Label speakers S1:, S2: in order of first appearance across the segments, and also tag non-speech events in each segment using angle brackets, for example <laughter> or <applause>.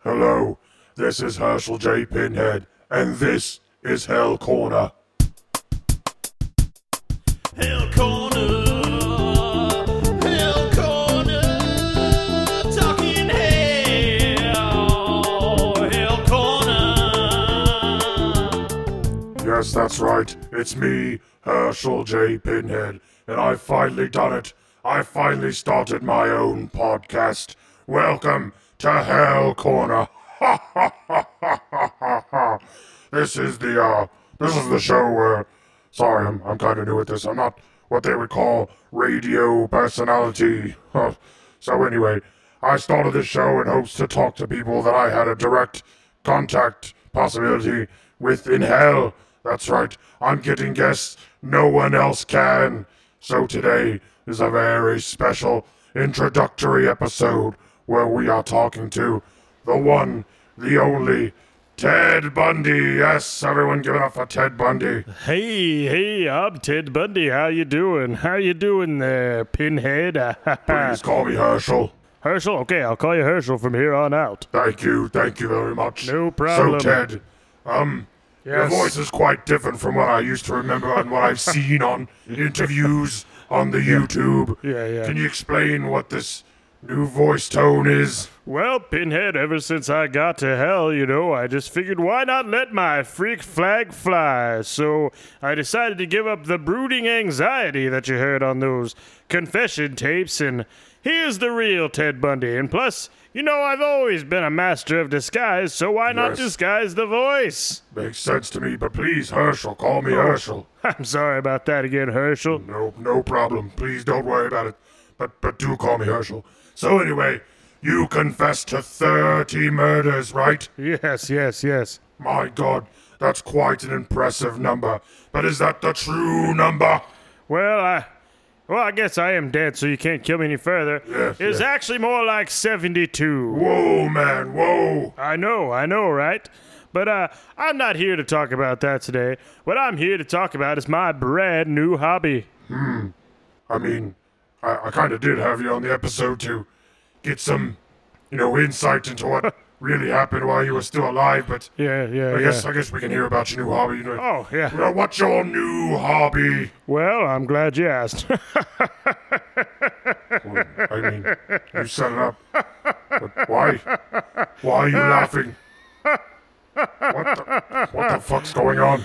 S1: Hello, this is Herschel J. Pinhead, and this is Hell Corner.
S2: Hell Corner. Hell Corner. Talking hell. Hell Corner.
S1: Yes, that's right, it's me, Herschel J. Pinhead, and I've finally done it. I finally started my own podcast. Welcome to Hell Corner. <laughs> Ha ha ha ha ha ha ha. This is the uh, this is the show where, sorry, I'm I'm kind of new at this. I'm not what they would call radio personality. <laughs> Huh. so anyway, I started this show in hopes to talk to people that I had a direct contact possibility with in hell. That's right, I'm getting guests no one else can. So today is a very special introductory episode where we are talking to the one, the only, Ted Bundy. Yes, everyone give it up for Ted Bundy.
S3: Hey, hey, I'm Ted Bundy. How you doing? How you doing there, Pinhead? <laughs>
S1: Please call me Herschel.
S3: Herschel? Okay, I'll call you Herschel from here on out.
S1: Thank you, thank you very much.
S3: No problem.
S1: So Ted, um, your
S3: Yes.
S1: voice is quite different from what I used to remember and what I've seen
S3: <laughs>
S1: on interviews on the YouTube.
S3: Yeah, yeah.
S1: Can you explain what this new voice tone is?
S3: Well, Pinhead, ever since I got to hell, you know, I just figured why not let my freak flag fly? So I decided to give up the brooding anxiety that you heard on those confession tapes, and here's the real Ted Bundy. And plus, you know, I've always been a master of disguise, so why not
S1: Yes.
S3: disguise the voice?
S1: Makes sense to me, but please, Herschel, call me
S3: Oh.
S1: Herschel.
S3: I'm sorry about that again, Herschel.
S1: No, no problem. Please don't worry about it. But but do call me Herschel. So anyway, you confessed to thirty murders, right?
S3: Yes, yes, yes.
S1: My God, that's quite an impressive number. But is that the true number?
S3: Well, I. Well, I guess I am dead, so you can't kill me any further.
S1: Yes, yes.
S3: it's actually more like 72.
S1: Whoa, man, whoa!
S3: I know, I know, right? But uh, I'm not here to talk about that today. What I'm here to talk about is my brand new hobby.
S1: I mean, I, I kind of did have you on the episode to get some, you know, insight into what really happened while you were still alive. But
S3: Yeah, yeah,
S1: I
S3: yeah.
S1: guess I guess we can hear about your new hobby.
S3: Oh, yeah.
S1: Well, what's your new hobby?
S3: Well, I'm glad you asked. <laughs>
S1: Well, I mean, you set it up. But why? Why are you laughing? What the, what the fuck's going on?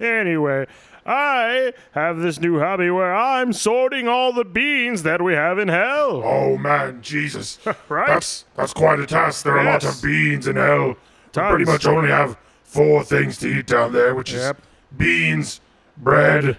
S3: anyway, I have this new hobby where I'm sorting all the beans that we have in hell.
S1: Oh man, Jesus!
S3: <laughs> Right?
S1: That's that's quite a task. There are a lot
S3: Yes.
S1: of beans in hell. We pretty
S3: Tons.
S1: much only have four things to eat down there, which
S3: Yep.
S1: is beans, bread,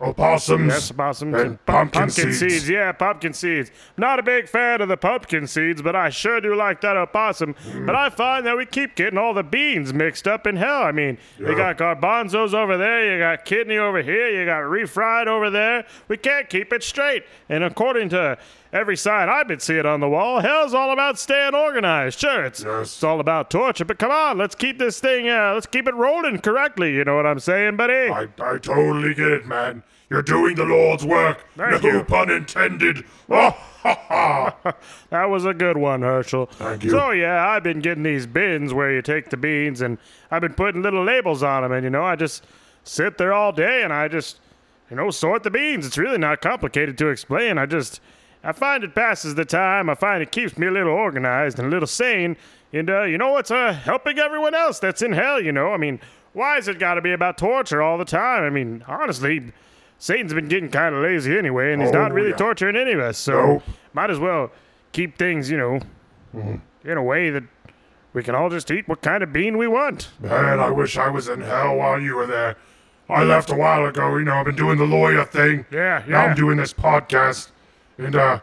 S1: opossums,
S3: Yes, possums
S1: and,
S3: and
S1: pumpkin,
S3: pumpkin seeds. Yeah, pumpkin seeds. Not a big fan of the pumpkin seeds, but I sure do like that opossum. But I find that we keep getting all the beans mixed up in hell. I mean, you
S1: Yeah.
S3: got garbanzos over there, you got kidney over here, you got refried over there. We can't keep it straight. And according to every sign I've been seeing on the wall, hell's all about staying organized. Sure, it's,
S1: Yes.
S3: it's all about torture, but come on, let's keep this thing, uh, let's keep it rolling correctly. You know what I'm saying, buddy?
S1: I, I totally get it, man. You're doing the Lord's work.
S3: Thank
S1: no
S3: you.
S1: pun intended. <laughs> Oh, ha, ha.
S3: <laughs> That was a good one, Herschel.
S1: Thank you.
S3: So yeah, I've been getting these bins where you take the beans, and I've been putting little labels on them, and you know, I just sit there all day, and I just, you know, sort the beans. It's really not complicated to explain. I just, I find it passes the time. I find it keeps me a little organized and a little sane, and uh, you know, it's uh, helping everyone else that's in hell. You know, I mean, why has it got to be about torture all the time? I mean, honestly. Satan's been getting kind of lazy anyway, and he's not
S1: Oh,
S3: really
S1: yeah.
S3: torturing any of us. So
S1: Nope.
S3: might as well keep things, you know,
S1: Mm-hmm.
S3: in a way that we can all just eat what kind of bean we want.
S1: Man, I wish I was in hell while you were there. I left a while ago, you know, I've been doing the lawyer thing.
S3: Yeah,
S1: Now
S3: yeah.
S1: I'm doing this podcast. And, uh,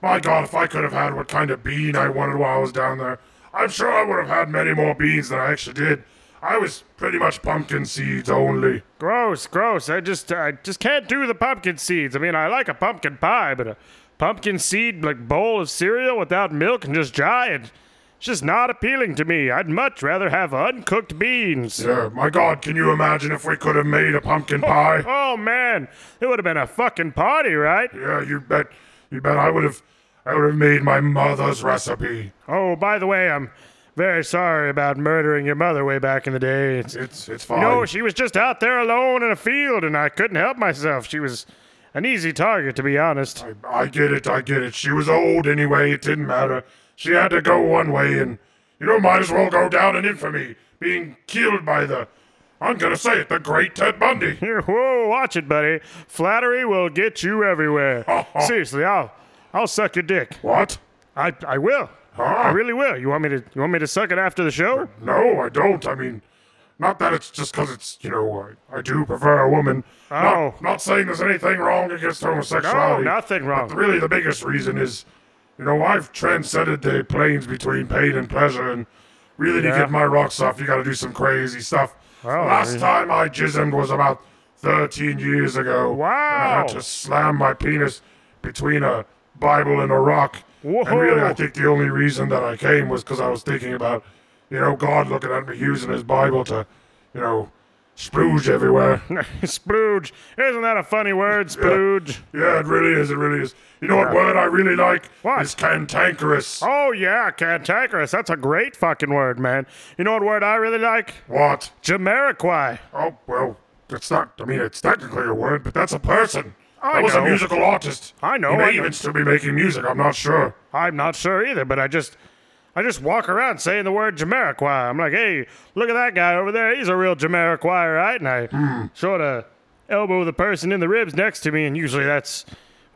S1: my God, if I could have had what kind of bean I wanted while I was down there, I'm sure I would have had many more beans than I actually did. I was pretty much pumpkin seeds only.
S3: Gross, gross. I just, I just can't do the pumpkin seeds. I mean, I like a pumpkin pie, but a pumpkin seed like bowl of cereal without milk and just dry it. It's just not appealing to me. I'd much rather have uncooked beans.
S1: Yeah, my God, can you imagine if we could have made a pumpkin pie?
S3: Oh man, it would have been a fucking party, right?
S1: Yeah, you bet. You bet I would have. I would have made my mother's recipe.
S3: Oh, by the way, I'm very sorry about murdering your mother way back in the day. It's,
S1: It's it's fine.
S3: no, she was just out there alone in a field, and I couldn't help myself. She was an easy target, to be honest.
S1: I, I get it, I get it. She was old anyway, it didn't matter. She had to go one way, and you know, might as well go down in infamy, being killed by the, I'm gonna say it, the great Ted Bundy.
S3: Here, whoa, watch it, buddy. Flattery will get you everywhere. Seriously, I'll I'll suck your dick.
S1: What?
S3: I I will.
S1: Huh?
S3: I really will. You want me to you want me to suck it after the show? <laughs>
S1: No, I don't. I mean, not that it's just because it's, you know, I, I do prefer a woman.
S3: Oh.
S1: Not, not saying there's anything wrong against
S3: No,
S1: homosexuality.
S3: nothing wrong.
S1: But really, the biggest reason is, you know, I've transcended the planes between pain and pleasure, and really
S3: Yeah. Oh,
S1: to get my rocks off, you gotta do some crazy stuff. Last
S3: yeah.
S1: time I jismed was about 13 years ago. And I
S3: Wow.
S1: had to slam my penis between a Bible and a rock. And really,
S3: Whoa.
S1: I think the only reason that I came was because I was thinking about, you know, God looking at me using his Bible to, you know, splooge everywhere.
S3: Splooge. Isn't that a funny word, Splooge?
S1: Yeah, it really is. It really is. You know what word I really like?
S3: What?
S1: Is cantankerous.
S3: Oh yeah, cantankerous. That's a great fucking word, man. You know what word I really like?
S1: What?
S3: Jamiroquai.
S1: Oh, well, that's not, I mean, it's technically a word, but that's a person.
S3: I
S1: that was
S3: know.
S1: a musical artist.
S3: I know,
S1: He may
S3: I know.
S1: even still be making music. I'm not sure.
S3: I'm not sure either, but I just I just walk around saying the word Jamiroquai. I'm like, hey, look at that guy over there. He's a real Jamiroquai, right? And I
S1: Hmm.
S3: sort of elbow the person in the ribs next to me, and usually that's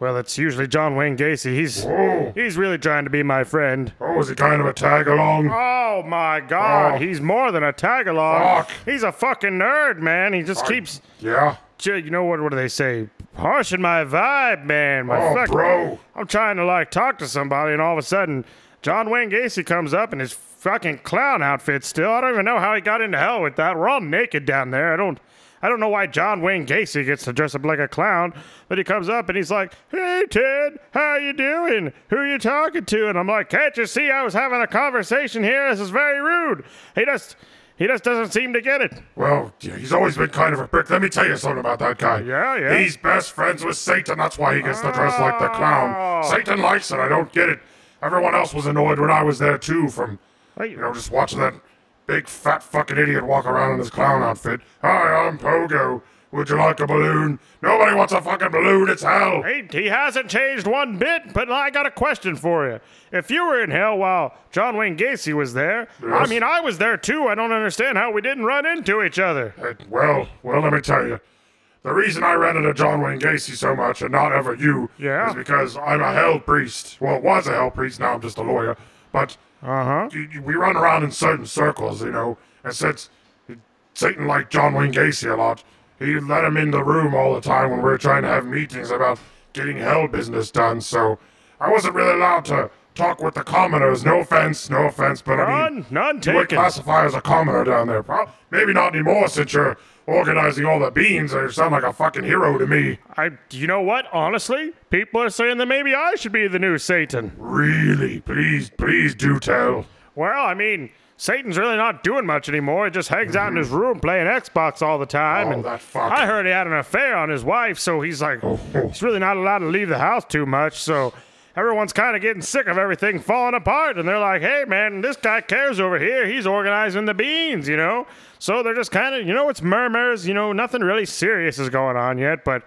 S3: well, it's usually John Wayne Gacy. He's
S1: Oh,
S3: he's really trying to be my friend.
S1: oh, is he kind of a tag along?
S3: Oh my God,
S1: Oh.
S3: he's more than a tag along.
S1: Fuck.
S3: He's a fucking nerd, man. He just keeps
S1: yeah.
S3: Ju- you know what? What do they say? Harshing my vibe, man. My
S1: Oh,
S3: fuck-
S1: bro.
S3: I'm trying to like talk to somebody, and all of a sudden, John Wayne Gacy comes up in his fucking clown outfit. Still, I don't even know how he got into hell with that. We're all naked down there. I don't. I don't know why John Wayne Gacy gets to dress up like a clown, but he comes up and he's like, "Hey Ted, how you doing? Who you talking to?" And I'm like, "Can't you see I was having a conversation here? This is very rude." He just, he just doesn't seem to get it.
S1: Well, yeah, he's always been kind of a prick. Let me tell you something about that guy.
S3: Yeah, yeah.
S1: He's best friends with Satan. That's why he gets to dress like the clown.
S3: Oh.
S1: Satan likes it. I don't get it. Everyone else was annoyed when I was there too from,
S3: Right.
S1: you know, just watching that big fat fucking idiot walk around in his clown outfit. Hi, I'm Pogo. Would you like a balloon? Nobody wants a fucking balloon. It's hell.
S3: He, he hasn't changed one bit, but I got a question for you. If you were in hell while John Wayne Gacy was there, I
S1: Yes.
S3: mean, I was there too. I don't understand how we didn't run into each other.
S1: Uh, Well, well, let me tell you. The reason I ran into John Wayne Gacy so much and not ever you
S3: Yeah?
S1: is because I'm a hell priest. Well, was a hell priest, now I'm just a lawyer. But
S3: Uh huh.
S1: you- you- we run around in certain circles, you know, and since Satan liked John Wayne Gacy a lot, he let him in the room all the time when we were trying to have meetings about getting hell business done, so I wasn't really allowed to talk with the commoners. No offense, no offense, but I mean,
S3: None, none
S1: you would
S3: taken.
S1: classify as a commoner down there. Pro- Maybe not anymore since you're organizing all the beans. You sound like a fucking hero to me.
S3: I, you know what? Honestly, people are saying that maybe I should be the new Satan.
S1: Really, please, please do tell.
S3: Well, I mean, Satan's really not doing much anymore. He just hangs out in his room playing Xbox all the time.
S1: Mm-hmm. Oh,
S3: and
S1: that fuck. Oh.
S3: I heard he had an affair on his wife, so he's like, he's really not allowed to leave the house too much. So everyone's kind of getting sick of everything falling apart. And they're like, hey, man, this guy cares over here. He's organizing the beans, you know? So they're just kind of, you know, it's murmurs. You know, nothing really serious is going on yet. But,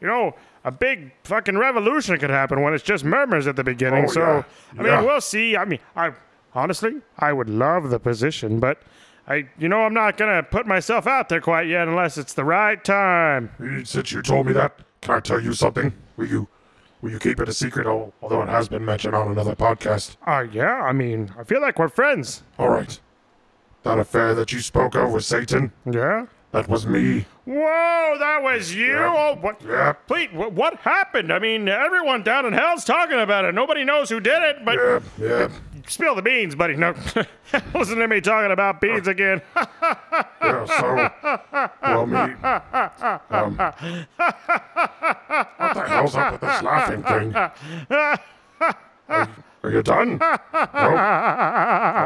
S3: you know, a big fucking revolution could happen when it's just murmurs at the beginning.
S1: Oh,
S3: so,
S1: yeah.
S3: I mean,
S1: Yeah.
S3: we'll see. I mean, I honestly, I would love the position, but. I, you know, I'm not gonna put myself out there quite yet unless it's the right time.
S1: Since you told me that, can I tell you something? Will you, will you keep it a secret? al- Although it has been mentioned on another podcast.
S3: Uh, yeah, I mean, I feel like we're friends.
S1: All right. That affair that you spoke of with Satan,
S3: Yeah?
S1: that was me.
S3: Whoa, that was you?
S1: Yeah.
S3: Oh, what?
S1: Yeah.
S3: Please, what, what happened? I mean, everyone down in hell's talking about it. Nobody knows who did it, but
S1: Yeah, yeah,
S3: spill the beans, buddy. No, <laughs> listen to me talking about beans again. <laughs>
S1: yeah. So, well, me. Um, what the hell's up with this laughing thing? Are, are you <laughs> done? No?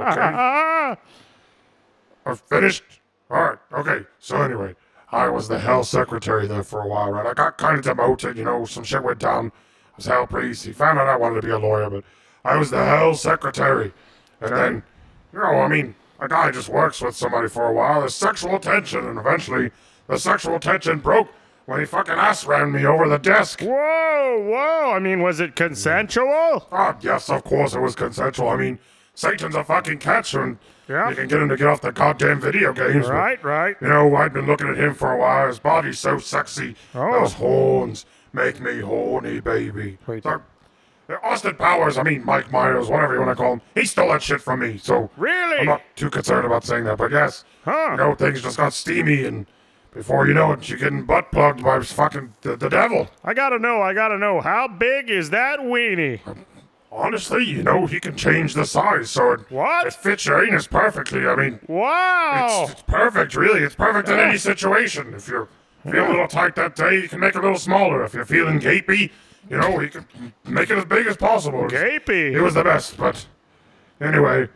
S1: Okay. I'm finished. All right. Okay. So anyway, I was the hell secretary there for a while, right? I got kind of demoted. You know, some shit went down. was hell priest. He found out I wanted to be a lawyer, but I was the hell secretary. And then, you know, I mean, a guy just works with somebody for a while. There's sexual tension, and eventually the sexual tension broke when he fucking ass ran me over the desk.
S3: Whoa, whoa. I mean, was it consensual?
S1: God, Ah, yes, of course it was consensual. I mean, Satan's a fucking catch, and
S3: Yeah.
S1: you can get him to get off the goddamn video games. but,
S3: Right, right.
S1: You know, I'd been looking at him for a while. His body's so sexy.
S3: Oh.
S1: Those horns make me horny, baby.
S3: Wait.
S1: So, Austin Powers, I mean Mike Myers, whatever you want to call him, he stole that shit from me. So
S3: Really?
S1: I'm not too concerned about saying that, but yes,
S3: Huh.
S1: you know things just got steamy, and before you know it, you're getting butt plugged by fucking the, the devil.
S3: I gotta know, I gotta know. How big is that weenie?
S1: Honestly, you know, he can change the size, so it,
S3: What?
S1: it fits your anus perfectly. I mean,
S3: Wow.
S1: it's, it's perfect, really. It's perfect in any situation. If you're feeling a little tight that day, you can make it a little smaller. If you're feeling gapey, you know, you can make it as big as possible. It's- It
S3: Gapey.
S1: was the best, but anyway,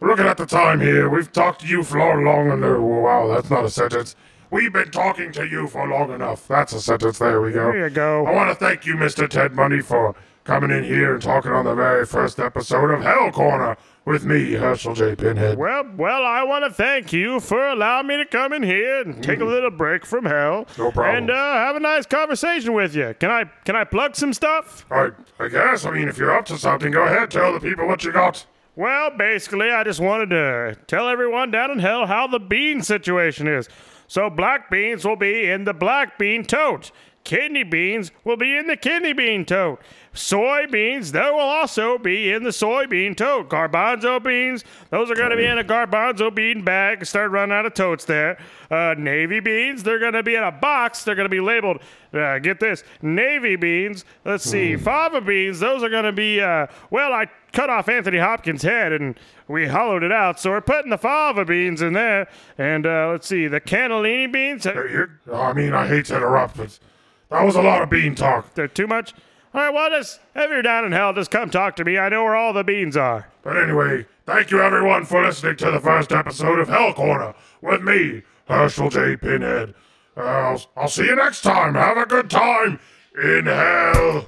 S1: looking at the time here, we've talked to you for long enough. Wow, that's not a sentence. We've been talking to you for long enough. That's a sentence. There we go.
S3: There you go.
S1: I want to thank you, Mr. Ted Bundy, for coming in here and talking on the very first episode of Hell Corner with me, Herschel J. Pinhead.
S3: Well, well, I want to thank you for allowing me to come in here and take a little break from hell.
S1: Mm. No problem.
S3: And uh, have a nice conversation with you. Can I can I plug some stuff?
S1: I, I guess. I mean, if you're up to something, go ahead. Tell the people what you got.
S3: Well, basically, I just wanted to tell everyone down in hell how the bean situation is. So, black beans will be in the black bean tote. Kidney beans will be in the kidney bean tote. Soybeans, they will also be in the soybean tote. Garbanzo beans, those are going to be in a garbanzo bean bag. Start running out of totes there. Uh, navy beans, they're going to be in a box. They're going to be labeled, uh, get this, navy beans. Let's see, fava beans, those are going to be, uh, well, I cut off Anthony Hopkins' head and we hollowed it out. So we're putting the fava beans in there. And uh, let's see, the cannellini beans. uh,
S1: You- I mean, I hate to interrupt, but that was a lot of bean talk.
S3: They're too much. All right, well, just, if you're down in hell, just come talk to me. I know where all the beans are.
S1: But anyway, thank you everyone for listening to the first episode of Hell Corner with me, Herschel J. Pinhead. Uh, I'll, I'll see you next time. Have a good time in hell.